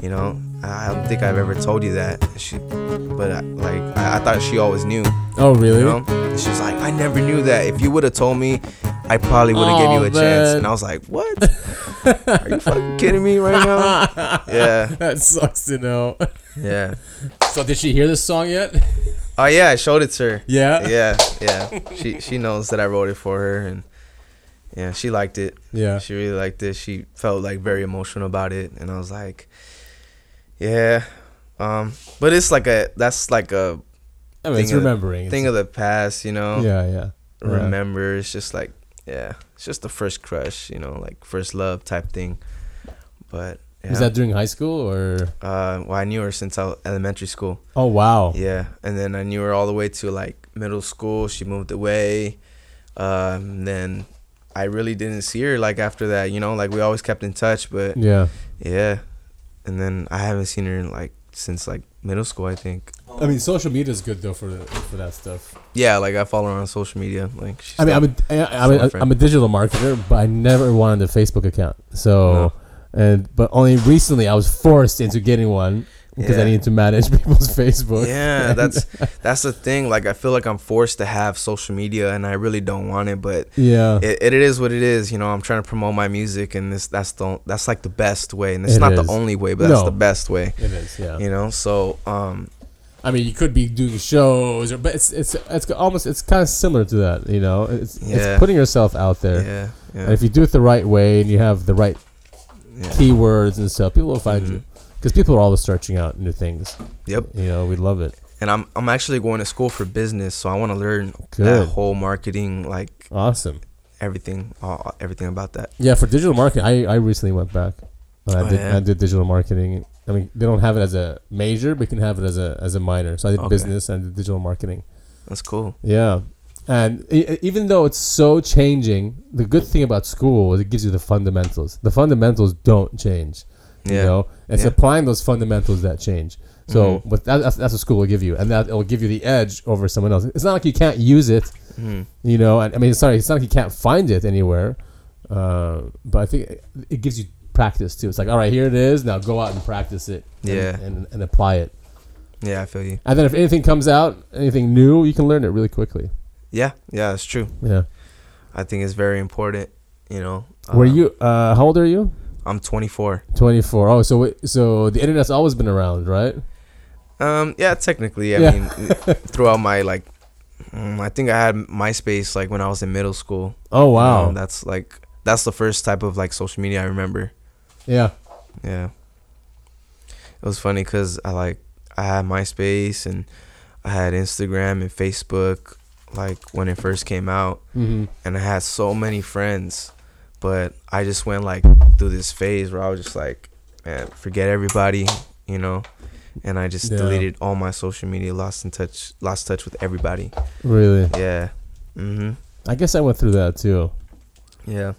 you know. I don't think I've ever told you that. She, but I, like I, I thought she always knew, Oh, really? you know. And she was like, I never knew that. If you would have told me, I probably would have Aw, gave you a chance. man. And I was like, what? Are you fucking kidding me right now? yeah, That sucks to know. yeah. So, did she hear this song yet? Oh yeah, I showed it to her. Yeah. Yeah, yeah. She she knows that I wrote it for her, and yeah, she liked it. Yeah. She really liked it. She felt like very emotional about it, and I was like, yeah. Um, but it's like a that's like a I mean, it's Thing of- remembering. thing of the past, you know. yeah, yeah. yeah. Remember, it's just like yeah, it's just the first crush, you know, like first love type thing. But yeah. Was that during high school or? uh, well, I knew her since I elementary school. Oh wow. Yeah, and then I knew her all the way to like middle school. She moved away. Um, then I really didn't see her like after that. You know, like we always kept in touch, but Yeah. yeah. And then I haven't seen her in like since like middle school, I think. I mean, social media is good though for the, for that stuff. Yeah, like I follow her on social media. Like she's I mean, not- I'm a, I, I'm, a, friend. I'm a digital marketer, but I never wanted a Facebook account. So, and but only recently I was forced into getting one because I Yeah. needed to manage people's Facebook. yeah, that's that's the thing. Like I feel like I'm forced to have social media, and I really don't want it, but Yeah. it, it is what it is. You know, I'm trying to promote my music, and this that's the that's like the best way, and it's It not is. the only way, but that's No. the best way. it is. Yeah. you know so um I mean, you could be doing shows, or but it's it's it's almost it's kind of similar to that. You know, it's Yeah. it's putting yourself out there. yeah And yeah if you do it the right way and you have the right yeah, Mm-hmm. keywords and stuff, people will find you. 'Cause you. Because people are always searching out new things. yep You know, we love it. and i'm i'm actually going to school for business so i want to learn Good. that whole marketing like Awesome. everything all, everything about that Yeah, for digital marketing, I, I recently went back. And I, Oh, did, yeah? I did digital marketing. I mean, they don't have it as a major, but you can have it as a as a minor. So I did Okay. business and I did digital marketing. that's cool Yeah. And e- e- even though it's so changing, the good thing about school is it gives you the fundamentals. The fundamentals don't change. You Yeah. know, it's Yeah. Mm-hmm. applying those fundamentals that change. So, but that, that's, that's what school will give you, and that it'll give you the edge over someone else. It's not like you can't use it. Hmm. You know, and I mean, sorry, it's not like you can't find it anywhere. Uh, but I think it, it gives you practice too. It's like, all right, here it is. Now go out and practice it. and- Yeah. and, and apply it. yeah i feel you And then if anything comes out, anything new, you can learn it really quickly. yeah yeah that's true Yeah. i think it's very important you know Were Um, you? Uh, how old are you? i'm 24 Twenty four. Oh, so wait- so the internet's always been around, right? um yeah technically i Yeah. mean throughout my like mm, i think i had myspace like when i was in middle school Oh You wow. know, that's like that's the first type of like social media i remember yeah. Yeah. It was funny because I like I had MySpace and I had Instagram and Facebook like when it first came out, Mm-hmm. and I had so many friends, but I just went like through this phase where I was just like, man, forget everybody, you know, and I just Yeah. deleted all my social media, lost in touch, lost touch with everybody. Really. Yeah. Mhm. I guess I went through that too. Yeah.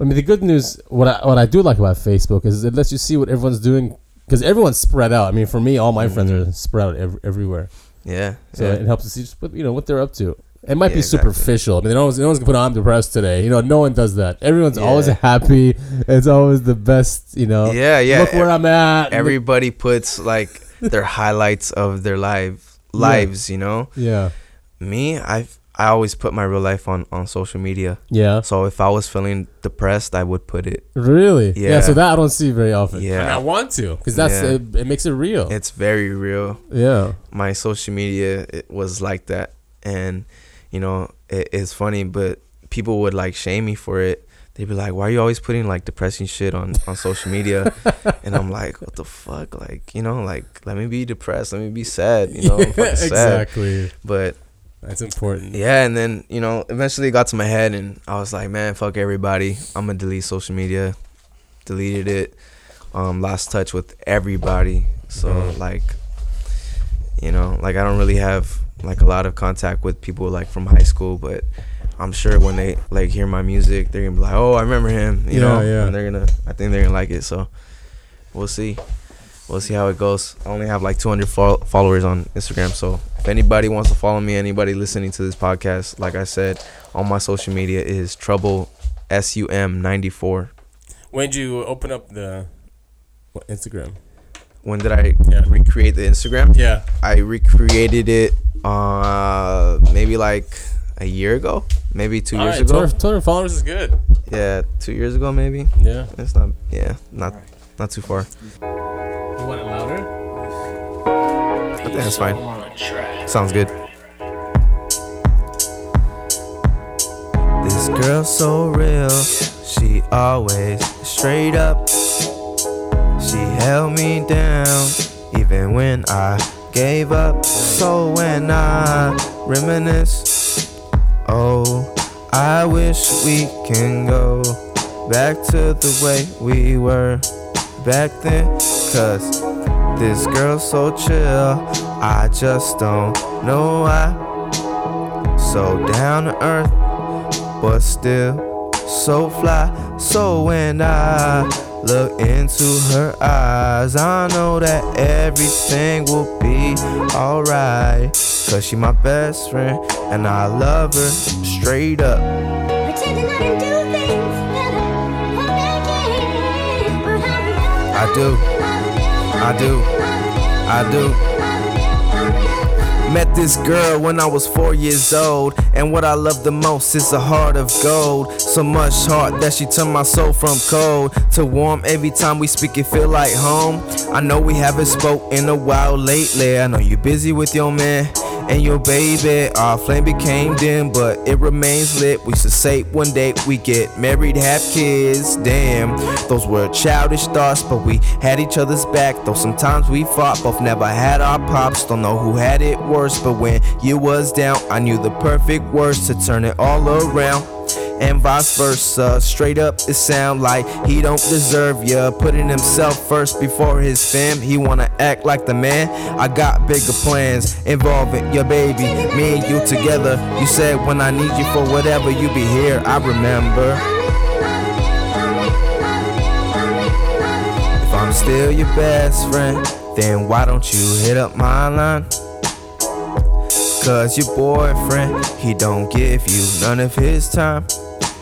I mean, the good news, what I what I do like about Facebook is it lets you see what everyone's doing because everyone's spread out. I mean, for me, all my friends are spread out ev- everywhere, Yeah. so Mm-hmm. yeah. it helps to see just what you know what they're up to. It might Yeah, exactly. be superficial. I mean, no one's, no one's gonna put "Oh, "I'm depressed today." You know, no one does that. Everyone's always Yeah. happy. It's always the best. You know. Yeah, yeah. Look where I'm at. Look- Everybody puts like their highlights of their life lives, you know? Yeah. Me, I I always put my real life on on social media. Yeah. So if I was feeling depressed, I would put it. Really? Yeah. Yeah. So that I don't see very often. Yeah. And I want to because that's Yeah. it, it. Makes it real. It's very real. yeah. my social media it was like that and you know it, it's funny but people would like shame me for it they'd be like why are you always putting like depressing shit on on social media and i'm like what the fuck like you know like let me be depressed let me be sad you know I'm fucking sad. exactly. but That's important. yeah and then you know eventually it got to my head and i was like man fuck everybody i'm gonna delete social media deleted it um lost touch with everybody so Mhm. like you know like i don't really have like a lot of contact with people like from high school but i'm sure when they like hear my music they're gonna be like oh i remember him you Yeah, know yeah. and they're gonna i think they're gonna like it so we'll see we'll see how it goes i only have like 200 fol- followers on instagram so if anybody wants to follow me anybody listening to this podcast like i said on my social media is trouble sum 94 When did you open up the what, Instagram? when did i Yeah. recreate the instagram Yeah. I recreated it uh maybe like a year ago, maybe two All years right, ago. 200, 200 followers is good. Yeah, two years ago maybe. Yeah. It's not yeah, not not too far. You want it louder? I think that's fine. Sounds good. This girl's so real, she always straight up. She held me down even when I gave up. So when I reminisce, oh, I wish we can go back to the way we were back then. Cause this girl's so chill, I just don't know why. So down to earth, but still so fly. So when I look into her eyes, I know that everything will be alright. Cause she my best friend, and I love her straight up. Pretending I didn't do things that I hope I can. I do. I do. I do. Met this girl when I was four years old, and what I love the most is a heart of gold. So much heart that she turned my soul from cold to warm. Every time we speak, it feel like home. I know we haven't spoke in a while lately. I know you busy with your man and your baby. Our flame became dim, but it remains lit. We should say one day we get married, have kids. Damn, those were childish thoughts, but we had each other's back. Though sometimes we fought, both never had our pops. Don't know who had it worse, but when you was down, I knew the perfect words to turn it all around and vice versa. Straight up, it sound like he don't deserve ya. Putting himself first before his fam. He wanna act like the man. I got bigger plans involving your baby, me and you together. You said when I need you for whatever, you be here. I remember. If I'm still your best friend, then why don't you hit up my line? Cause your boyfriend, he don't give you none of his time.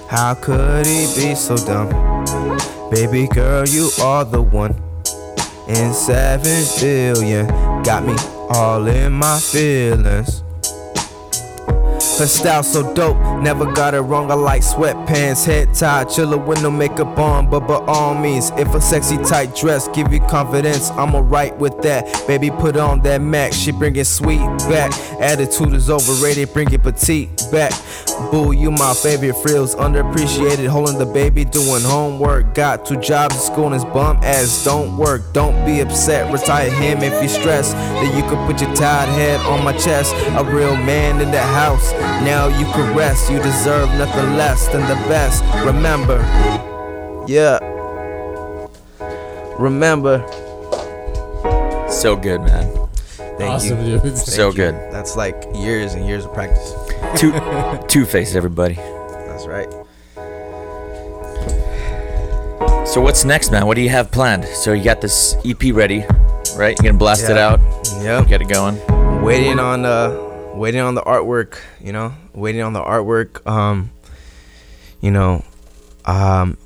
How could he be so dumb? Baby girl, you are the one in seven billion. Got me all in my feelings. Her style so dope, never got it wrong. I like sweatpants, head tie, chiller with no makeup on. But by all means, if a sexy tight dress give you confidence, I'm alright with that. Baby, put on that Mac, she bring it sweet back. Attitude is overrated, bring it petite back. Boo, you my favorite frills, underappreciated. Holding the baby, doing homework. Got two jobs in school and his bum ass don't work. Don't be upset, retire him if you stressed. Then you could put your tired head on my chest. A real man in the house. Now you can rest. You deserve nothing less than the best. Remember. Yeah. Remember. So good, man. Thank awesome, you. dude. So Thank you. good. That's like years and years of practice. Two two faces, everybody. That's right. So what's next, man? What do you have planned? So you got this EP ready, right? You're gonna blast it Yeah. Oh. out, Yep. get it going. waiting on uh waiting on the artwork you know waiting on the artwork um you know um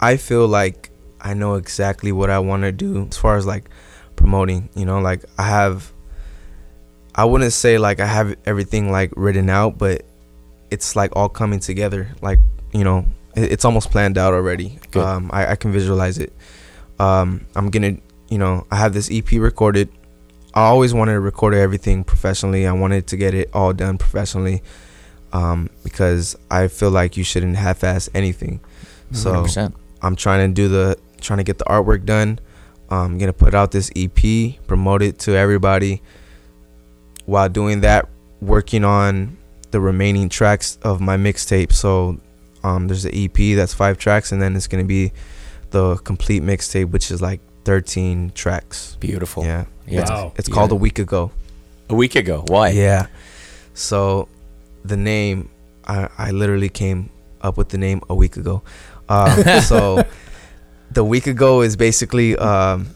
i feel like i know exactly what i want to do as far as like promoting you know like i have i wouldn't say like i have everything like written out but it's like all coming together like you know it- it's almost planned out already Good. um I, I can visualize it um i'm gonna you know i have this ep recorded I always wanted to record everything professionally. I wanted to get it all done professionally um, because I feel like you shouldn't half-ass anything. So 100%. I'm trying to do the trying to get the artwork done. I'm gonna put out this EP, promote it to everybody. While doing that, working on the remaining tracks of my mixtape. So um, there's the EP that's five tracks, and then it's gonna be the complete mixtape, which is like 13 tracks. beautiful. Yeah. Yeah. Wow. It's Yeah. called a week ago. A week ago. Why? Yeah. So the name, I, I literally came up with the name a week ago. Um, so the week ago is basically, um,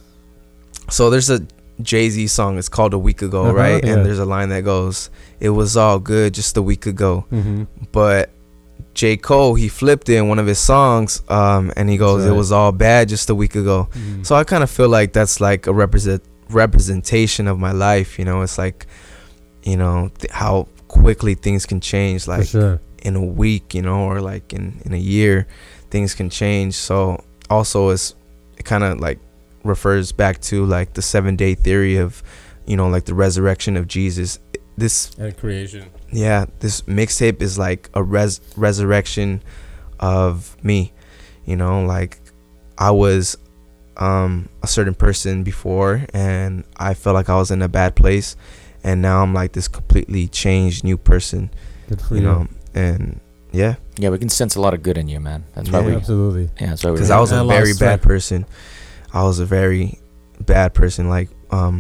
so there's a Jay Z song. It's called a week ago, Uh-huh, right? yeah. And there's a line that goes, "It was all good just a week ago." Mm-hmm. But J Cole he flipped it in one of his songs, um, and he goes, Right. "It was all bad just a week ago." So I kind of feel like that's like a represent representation of my life. You know, it's like, you know, th- how quickly things can change. for Like sure. in a week, you know, or like in in a year, things can change. So also, it's it kind of like refers back to like the seven day theory of, you know, like the resurrection of Jesus. This And creation. yeah, this mixtape is like a res- resurrection of me. You know, like I was um, a certain person before, and I felt like I was in a bad place, and now I'm like this completely changed new person. Good for You you. know, and yeah, Yeah, we can sense a lot of good in you, man. That's why Yeah. we. Absolutely. Yeah, that's why we. because were I was I a lost very track. bad person. I was a very bad person, like um,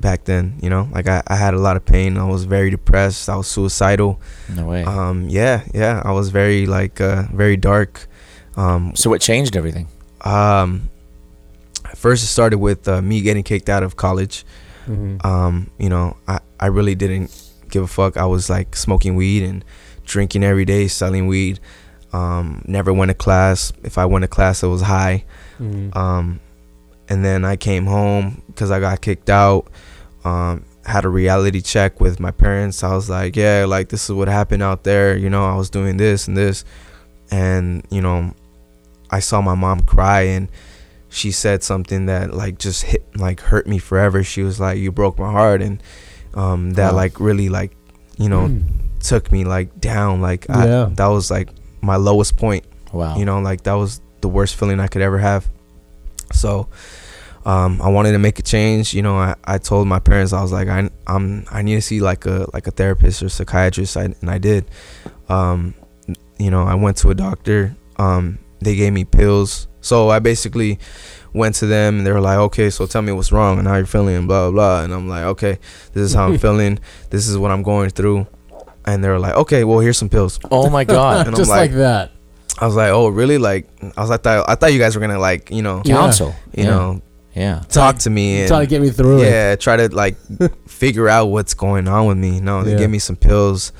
back then. You know, like I, I had a lot of pain. I was very depressed. I was suicidal. No way. Um, yeah, yeah. I was very like uh, very dark. Um, so what changed everything? um, first it started with uh, me getting kicked out of college. Mm-hmm. Um, you know, I I really didn't give a fuck. I was like smoking weed and drinking every day, selling weed. Um, never went to class. If I went to class, it was high. Mm-hmm. Um, and then I came home because I got kicked out. Um, had a reality check with my parents. I was like, yeah, like this is what happened out there. You know, I was doing this and this. And, you know, I saw my mom cry and she said something that like just hit, like hurt me forever. She was like, you broke my heart. And um, that Wow. like really like, you know, Mm. took me like down. Like Hmm. Yeah. I, that was like my lowest point Wow. you know like that was the worst feeling i could ever have so um, i wanted to make a change you know i, I told my parents i was like I, i'm i need to see like a like a therapist or psychiatrist I, and i did um, you know i went to a doctor um, they gave me pills so i basically went to them and they were like okay so tell me what's wrong and how you're feeling and blah blah blah and i'm like okay this is how i'm feeling this is what i'm going through and they were like okay well here's some pills Oh my God. And I'm Just like, like- that. I was like, oh, really? Like, I was, I thought, I thought you guys were gonna like, you know, Yeah. Counsel. you yeah. know, Yeah. talk to me and Try to get me through it. yeah, try to like figure out what's going on with me. No, they Yeah. gave me some pills.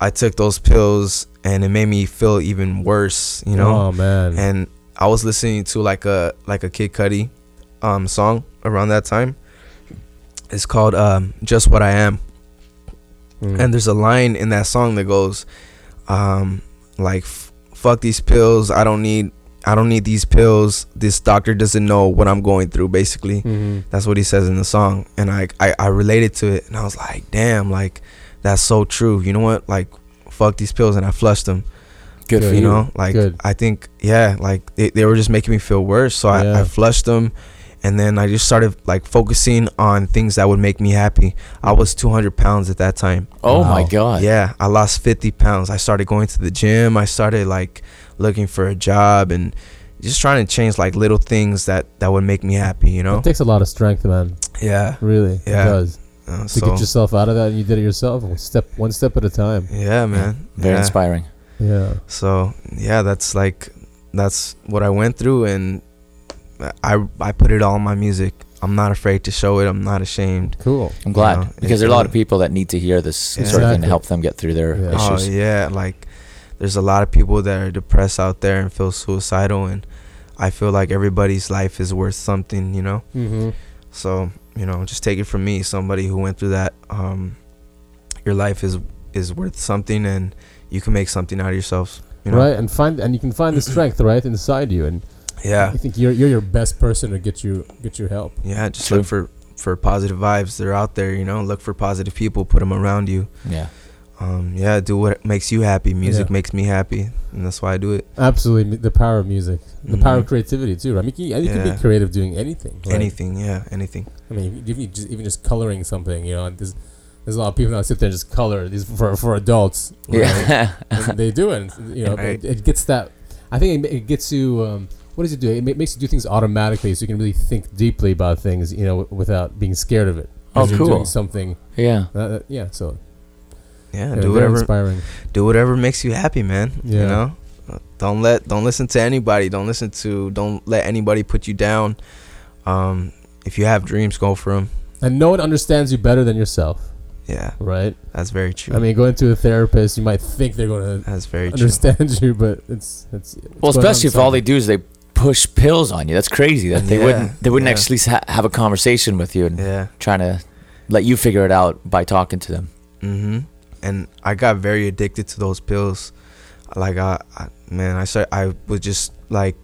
I took those pills, and it made me feel even worse. You know, Oh man. and I was listening to like a like a Kid Cudi um song around that time. It's called um "Just What I Am," Mm. and there's a line in that song that goes, um, like "F- "Fuck these pills, I don't need." I don't need these pills. This doctor doesn't know what I'm going through. Basically, Mhm. that's what he says in the song, and I, I I related to it, and I was like, damn, like that's so true. You know what? Like, fuck these pills, and I flushed them Good for you you. know like Good. i think yeah like they, they were just making me feel worse so I, Yeah. I flushed them and then i just started like focusing on things that would make me happy i was 200 pounds at that time Oh my Wow. God. yeah i lost 50 pounds i started going to the gym i started like looking for a job and just trying to change like little things that that would make me happy you know It takes a lot of strength, man. yeah Really, it Yeah. does. Uh, To so get yourself out of that, and you did it yourself, one step one step at a time. yeah man Very yeah. inspiring. Yeah. so yeah that's like that's what I went through, and I I put it all in my music. I'm not afraid to show it. I'm not ashamed. Cool. I'm glad You know, because there are a lot of people that need to hear this Yeah. sort of thing to Exactly. help them get through their Yeah. Oh issues. yeah, like there's a lot of people that are depressed out there and feel suicidal, and I feel like everybody's life is worth something, you know. Mm-hmm. So you know, just take it from me, somebody who went through that. Um, your life is is worth something, and you can make something out of yourselves. You know? Right, and find and you can find the strength right inside you, and Yeah. I think you're you're your best person to get you get you help. Yeah. Just True. look for for positive vibes. They're out there. You know, look for positive people. Put them around you. Yeah. Um, yeah. Do what makes you happy. Music Yeah. makes me happy, and that's why I do it. Absolutely, m- the power of music, the power of Mhm. creativity too. Right? I mean, you, can- you can Yeah. be creative doing anything. right? Anything. Yeah. Anything. I mean, even just, even just coloring something, you know, and there's there's a lot of people that sit there and just color these for for adults. you know, Yeah. and they do it. and, You know, Right. it, it gets that. I think it, ma- it gets you. Um, what does it do? It ma- makes you do things automatically, so you can really think deeply about things, you know, w- without being scared of it. Oh, 'Cause you're cool. Doing something. yeah. uh, Uh, yeah. So Yeah. yeah, do very whatever. Inspiring. do whatever makes you happy, man. Yeah. You know, don't let don't listen to anybody. Don't listen to don't let anybody put you down. Um, if you have dreams, go for them. And no one understands you better than yourself, Yeah, right? that's very true. I mean, going to a therapist, you might think they're going to that's very true. understand you, but it's it's. it's Well, going on especially if all inside. they do is they push pills on you. That's crazy that they Yeah, wouldn't they wouldn't yeah. actually ha- have a conversation with you and Yeah. trying to let you figure it out by talking to them. hmm And I got very addicted to those pills. Like I, I man, I start, I would just like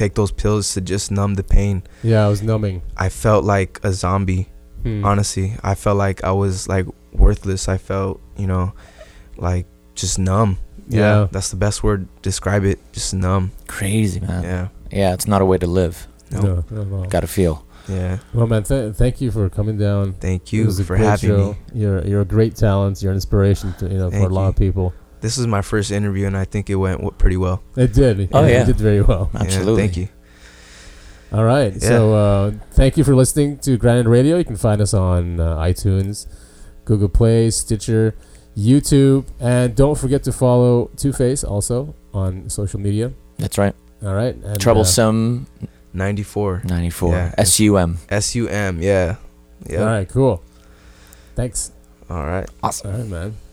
take those pills to just numb the pain. Yeah, I was numbing. I felt like a zombie. Hmm. honestly i felt like i was like worthless i felt you know like just numb yeah, Yeah. that's the best word describe it just numb Crazy man. Yeah, yeah it's not a way to live. no. No, not at all. Got to feel. yeah Well, man, th- thank you for coming down. thank It you was a for great having show. me You're you're a great talent. You're an inspiration to you know for Thank a lot you. of people. this is my first interview and i think it went w- pretty well It did. Oh, it yeah. did very well. Yeah, Absolutely. thank you All right. Yeah. So uh, thank you for listening to Granite Radio. You can find us on uh, iTunes, Google Play, Stitcher, YouTube, and don't forget to follow Two Face also on social media. That's right. All right. And, uh, Troublesome 94 94. Yeah. S U M. sum yeah yeah All right. Cool. Thanks. all right All right, man.